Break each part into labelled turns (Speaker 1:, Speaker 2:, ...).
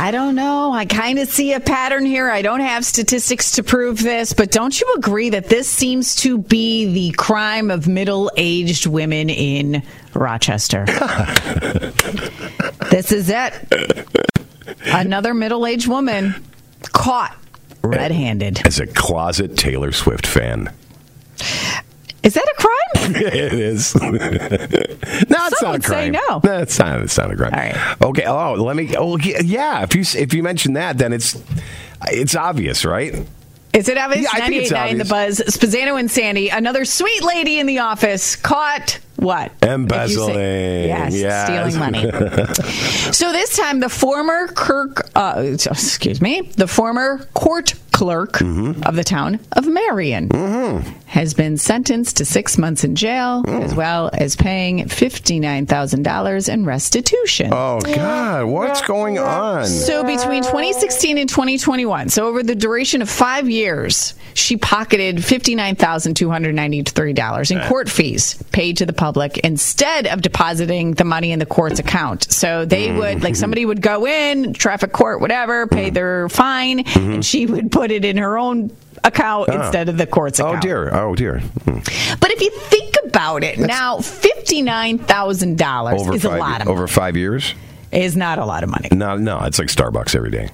Speaker 1: I don't know. I kind of see a pattern here. I don't have statistics to prove this, but don't you agree that this seems to be the crime of middle aged women in Rochester? this is it. Another middle aged woman caught red handed.
Speaker 2: As a closet Taylor Swift fan.
Speaker 1: Is that a crime?
Speaker 2: it is. no, it's
Speaker 1: Some
Speaker 2: not a
Speaker 1: would say
Speaker 2: crime.
Speaker 1: no.
Speaker 2: That's not. It's not a crime.
Speaker 1: All right.
Speaker 2: Okay. Oh, let me. Oh, yeah. If you if you mention that, then it's it's obvious, right?
Speaker 1: Is it obvious?
Speaker 2: Yeah, I think it's
Speaker 1: 98.9 The Buzz, Spazzano and Sandy, another sweet lady in the office caught what?
Speaker 2: Embezzling.
Speaker 1: Yes,
Speaker 2: Yes.
Speaker 1: stealing money. so this time, the former Kirk, uh, excuse me, the former court clerk
Speaker 2: Mm-hmm.
Speaker 1: of the town of Marion has been sentenced to six months in jail,
Speaker 2: Mm.
Speaker 1: as well as paying fifty nine thousand dollars in restitution.
Speaker 2: Oh God, what's going on?
Speaker 1: So between 2016 and 2021, so over the duration of five years, she pocketed $59,293 in court fees paid to the public instead of depositing the money in the court's account. So they
Speaker 2: Mm.
Speaker 1: would, like, somebody would go in, traffic court, whatever, pay their fine,
Speaker 2: Mm-hmm.
Speaker 1: and she would put it in her own account instead of the court's
Speaker 2: Oh
Speaker 1: account.
Speaker 2: dear. Oh dear. Hmm.
Speaker 1: But if you think about it, now $59,000
Speaker 2: Over
Speaker 1: is a
Speaker 2: five.
Speaker 1: lot of money.
Speaker 2: over five years.
Speaker 1: Is not a lot of money.
Speaker 2: No, no. It's like Starbucks every day.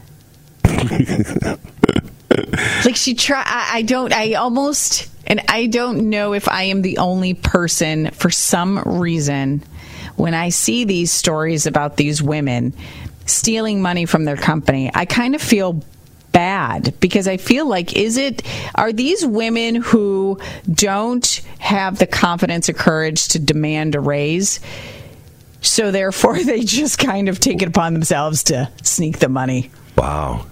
Speaker 1: like she try I, I don't i almost and i don't know if i am the only person for some reason when i see these stories about these women stealing money from their company i kind of feel bad because i feel like is it are these women who don't have the confidence or courage to demand a raise so therefore they just kind of take it upon themselves to sneak the money
Speaker 2: Wow.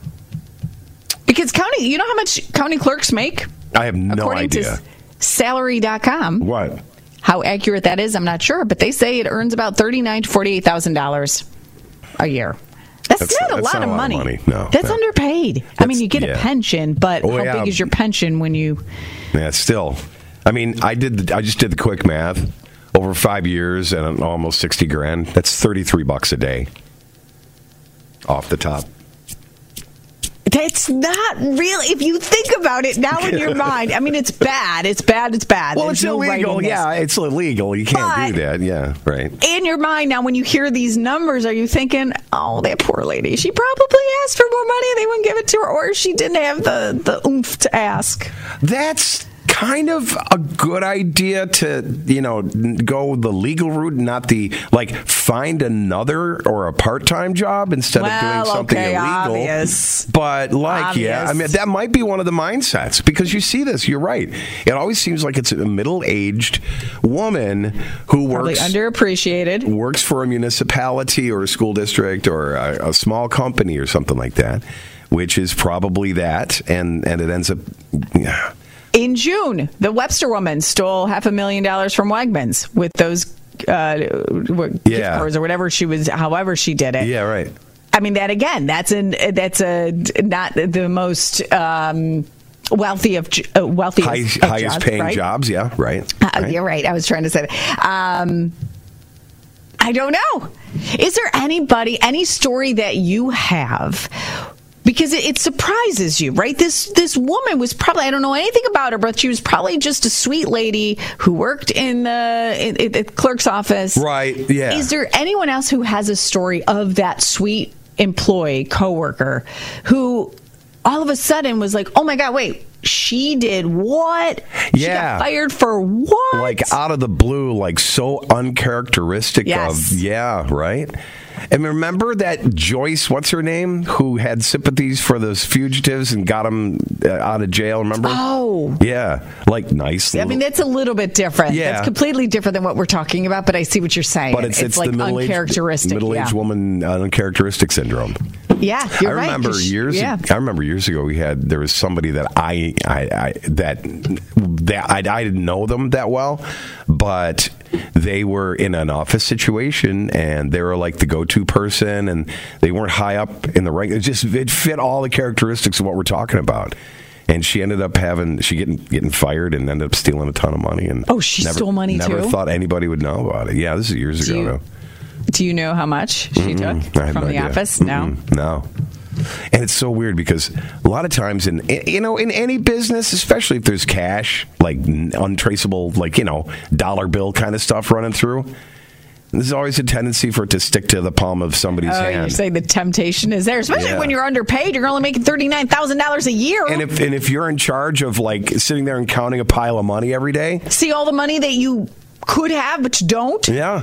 Speaker 1: because county, you know how much county clerks make?
Speaker 2: I have no
Speaker 1: According
Speaker 2: idea.
Speaker 1: to salary.com.
Speaker 2: what?
Speaker 1: How accurate that is, I'm not sure, but they say it earns about thirty-nine to forty-eight thousand dollars a year. That's,
Speaker 2: That's-
Speaker 1: not, a,
Speaker 2: that's
Speaker 1: lot
Speaker 2: not
Speaker 1: of
Speaker 2: a lot of
Speaker 1: money.
Speaker 2: money. No,
Speaker 1: that's
Speaker 2: no.
Speaker 1: underpaid. I mean,
Speaker 2: That's-
Speaker 1: you get
Speaker 2: yeah.
Speaker 1: a pension, but
Speaker 2: Oh,
Speaker 1: how
Speaker 2: yeah.
Speaker 1: big is your pension when you?
Speaker 2: Yeah, still. I mean, I did. The, I just did the quick math. Over five years and almost sixty grand. That's thirty-three bucks a day. Off the top.
Speaker 1: That's not really. If you think about it now in your mind, I mean, it's bad. It's bad. It's bad.
Speaker 2: Well,
Speaker 1: There's
Speaker 2: it's
Speaker 1: no
Speaker 2: illegal.
Speaker 1: writing this.
Speaker 2: Yeah, it's illegal. You can't do that. Yeah, right.
Speaker 1: in your mind now when you hear these numbers are you thinking oh that poor lady she probably asked for more money and they wouldn't give it to her or she didn't have the the oomph to ask
Speaker 2: That's kind of a good idea to you know n- go the legal route, not the like find another or a part-time job instead
Speaker 1: Well,
Speaker 2: of doing something
Speaker 1: okay,
Speaker 2: illegal.
Speaker 1: obvious.
Speaker 2: But like, yeah, I mean
Speaker 1: Obvious.
Speaker 2: that might be one of the mindsets because you see this. You're right. It always seems like it's a middle-aged woman who
Speaker 1: probably
Speaker 2: works
Speaker 1: underappreciated
Speaker 2: works for a municipality or a school district or a, a small company or something like that, which is probably that, and and it ends up. Yeah.
Speaker 1: in june the webster woman stole half a million dollars from wegmans with those uh, what, gift
Speaker 2: Yeah.
Speaker 1: cards or whatever she was however she did it
Speaker 2: Yeah, right.
Speaker 1: I mean, that again, that's an that's a not the most um, wealthy of j- uh, wealthiest
Speaker 2: High,
Speaker 1: of
Speaker 2: highest
Speaker 1: jobs,
Speaker 2: paying
Speaker 1: right?
Speaker 2: jobs. Yeah, right.
Speaker 1: Uh, You're right. I was trying to say that. Um, I don't know. Is there anybody, any story that you have? Because it, it surprises you, right? This this woman was probably I don't know anything about her, but she was probably just a sweet lady who worked in the in, in the clerk's office,
Speaker 2: Right, yeah.
Speaker 1: Is there anyone else who has a story of that sweet employee, coworker, who all of a sudden was like, "Oh my god, wait, she did what? She
Speaker 2: Yeah.
Speaker 1: got fired for what?
Speaker 2: Like out of the blue, like so uncharacteristic
Speaker 1: Yes.
Speaker 2: of yeah, right? And remember that Joyce, what's her name, who had sympathies for those fugitives and got them out of jail, remember?
Speaker 1: oh."
Speaker 2: Yeah, like nice.
Speaker 1: I
Speaker 2: little-
Speaker 1: mean, that's a little bit different.
Speaker 2: Yeah.
Speaker 1: That's completely different than what we're talking about, but I see what you're saying.
Speaker 2: but it's, it's,
Speaker 1: like
Speaker 2: the middle
Speaker 1: uncharacteristic.
Speaker 2: middle aged
Speaker 1: yeah.
Speaker 2: woman uh, uncharacteristic syndrome.
Speaker 1: Yeah, you're
Speaker 2: I
Speaker 1: right.
Speaker 2: remember
Speaker 1: 'cause-
Speaker 2: years.
Speaker 1: Yeah.
Speaker 2: I remember years ago we had there was somebody that I I, I that that I, I didn't know them that well, but they were in an office situation and they were like the go-to person and they weren't high up in the rank. It just it fit all the characteristics of what we're talking about. And she ended up having she getting getting fired and ended up stealing a ton of money and
Speaker 1: Oh, she
Speaker 2: never,
Speaker 1: stole money,
Speaker 2: never
Speaker 1: too?
Speaker 2: thought anybody would know about it. Yeah, this is years
Speaker 1: Do
Speaker 2: ago.
Speaker 1: you-
Speaker 2: though.
Speaker 1: Do you know how much she took
Speaker 2: I have
Speaker 1: from
Speaker 2: no
Speaker 1: the
Speaker 2: idea.
Speaker 1: office? No.
Speaker 2: Mm-mm, no. And it's so weird because a lot of times in you know in any business, especially if there's cash, like n- untraceable, like you know dollar bill kind of stuff running through, there's always a tendency for it to stick to the palm of somebody's
Speaker 1: Oh, you're
Speaker 2: hand.
Speaker 1: saying the temptation is there, especially
Speaker 2: Yeah.
Speaker 1: when you're underpaid. You're only making thirty nine thousand dollars a year.
Speaker 2: and if and if you're in charge of like sitting there and counting a pile of money every day,
Speaker 1: See all the money that you could have, but you don't.
Speaker 2: yeah,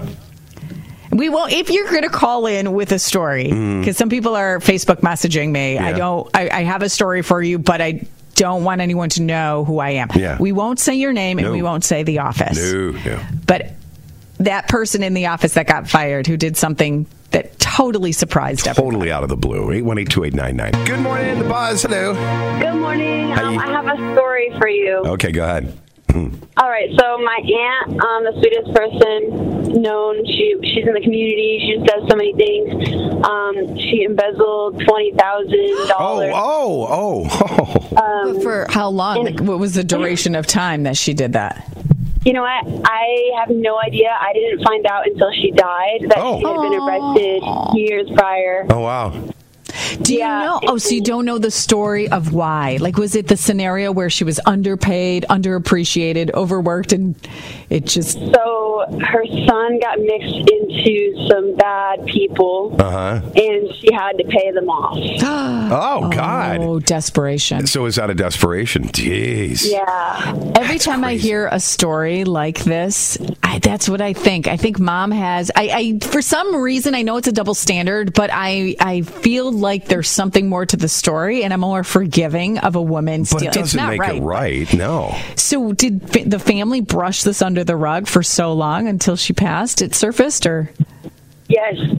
Speaker 1: We won't. If you're going to call in with a story, because some people are Facebook messaging me. I
Speaker 2: Mm. Yeah.
Speaker 1: don't. I, I have a story for you, but I don't want anyone to know who I am.
Speaker 2: Yeah.
Speaker 1: We won't say your name,
Speaker 2: No.
Speaker 1: and we won't say the office.
Speaker 2: no, no.
Speaker 1: But that person in the office that got fired, who did something that totally surprised everyone.
Speaker 2: totally out of the blue. Eight one eight two eight nine nine. Good morning, the buzz. Hello.
Speaker 3: Good morning.
Speaker 2: Hi.
Speaker 3: Um, I have a story for you.
Speaker 2: Okay, go ahead.
Speaker 3: All right. So my aunt, um, the sweetest person known. She she's in the community. She does so many things. Um, she embezzled twenty thousand
Speaker 2: Oh,
Speaker 3: dollars.
Speaker 2: oh, oh, oh.
Speaker 1: For how long? Like, what was the duration of time that she did that?
Speaker 3: You know what? I have no idea. I didn't find out until she died that
Speaker 2: Oh.
Speaker 3: she had been arrested years prior.
Speaker 2: Oh wow.
Speaker 1: Do
Speaker 3: Yeah.
Speaker 1: you know? Oh, so you don't know the story of why? Like, was it the scenario where she was underpaid, underappreciated, overworked, and it just
Speaker 3: So her son got mixed into some bad people,
Speaker 2: Uh huh.
Speaker 3: and she had to pay them off.
Speaker 2: Oh, God.
Speaker 1: oh desperation?
Speaker 2: So is that a desperation? Jeez.
Speaker 3: Yeah.
Speaker 1: Every time I hear a story like this, I, that's what I think. I think mom has. I, I for some reason I know it's a double standard, but I I feel like there's something more to the story, and I'm more forgiving of a woman.
Speaker 2: But
Speaker 1: stealing.
Speaker 2: it
Speaker 1: it's
Speaker 2: doesn't
Speaker 1: not
Speaker 2: make
Speaker 1: right.
Speaker 2: it right. No.
Speaker 1: So did fa- the family brush this under the rug for so long until she passed? It surfaced, or
Speaker 3: Yes.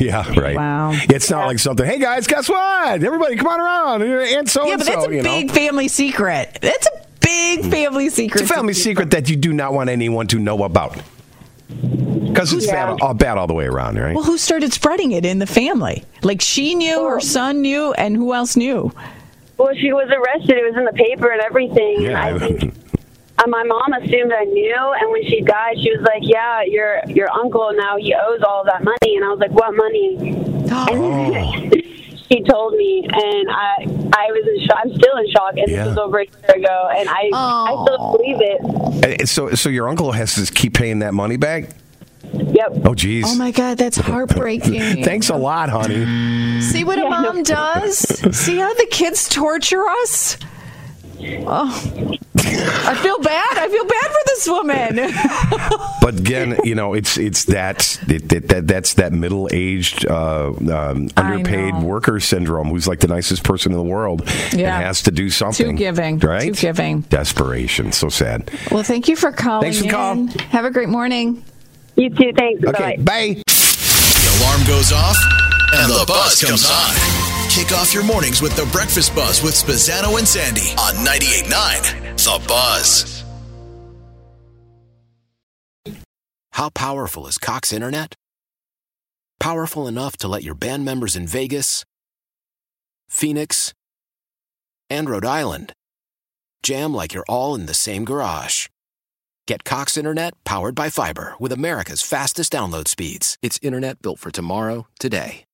Speaker 2: Yeah, right.
Speaker 1: Wow.
Speaker 2: It's not like something, hey, guys, guess what? Everybody, come on around. And so
Speaker 1: yeah, but that's a
Speaker 2: you know. Mm.
Speaker 1: big family secret. That's a big family secret.
Speaker 2: It's a family secret that you do not want anyone to know about. Because it's
Speaker 3: Yeah.
Speaker 2: bad, all bad all the way around, right?
Speaker 1: Well, who started spreading it in the family? Like she knew, her son knew, and who else knew?
Speaker 3: Well, she was arrested. It was in the paper and everything. And I think uh, my mom assumed I knew, and when she died, she was like, "Yeah, your your uncle now he owes all that money." And I was like, "What money?"
Speaker 2: Oh.
Speaker 3: She told me, and I I was in shock. I'm still in shock, and
Speaker 2: Yeah.
Speaker 3: this was over a year ago, and I I still don't believe it.
Speaker 2: And so, so your uncle has to keep paying that money back?
Speaker 3: Yep.
Speaker 2: Oh, geez.
Speaker 1: Oh my God, that's heartbreaking.
Speaker 2: Thanks a lot, honey.
Speaker 1: See what a mom does? See how the kids torture us? Oh, I feel bad. I feel bad for this woman.
Speaker 2: But again, you know, it's it's that it, it, that that's that middle aged uh, um,
Speaker 1: I
Speaker 2: underpaid
Speaker 1: know.
Speaker 2: worker syndrome. Who's like the nicest person in the world
Speaker 1: Yeah.
Speaker 2: and has to do something.
Speaker 1: giving.
Speaker 2: right?
Speaker 1: Too giving.
Speaker 2: Desperation. So sad.
Speaker 1: Well, thank you for calling.
Speaker 2: Thanks for the call.
Speaker 1: in. Have a great morning.
Speaker 3: You too. Thanks.
Speaker 2: Okay.
Speaker 3: Bye.
Speaker 2: Bye.
Speaker 4: The alarm goes off and the buzz comes on. Kick off your mornings with the breakfast buzz with Spazzano and Sandy on 98.9 The Buzz.
Speaker 5: How powerful is Cox Internet? Powerful enough to let your band members in Vegas, Phoenix, and Rhode Island jam like you're all in the same garage. Get Cox Internet powered by fiber with America's fastest download speeds. It's internet built for tomorrow, today.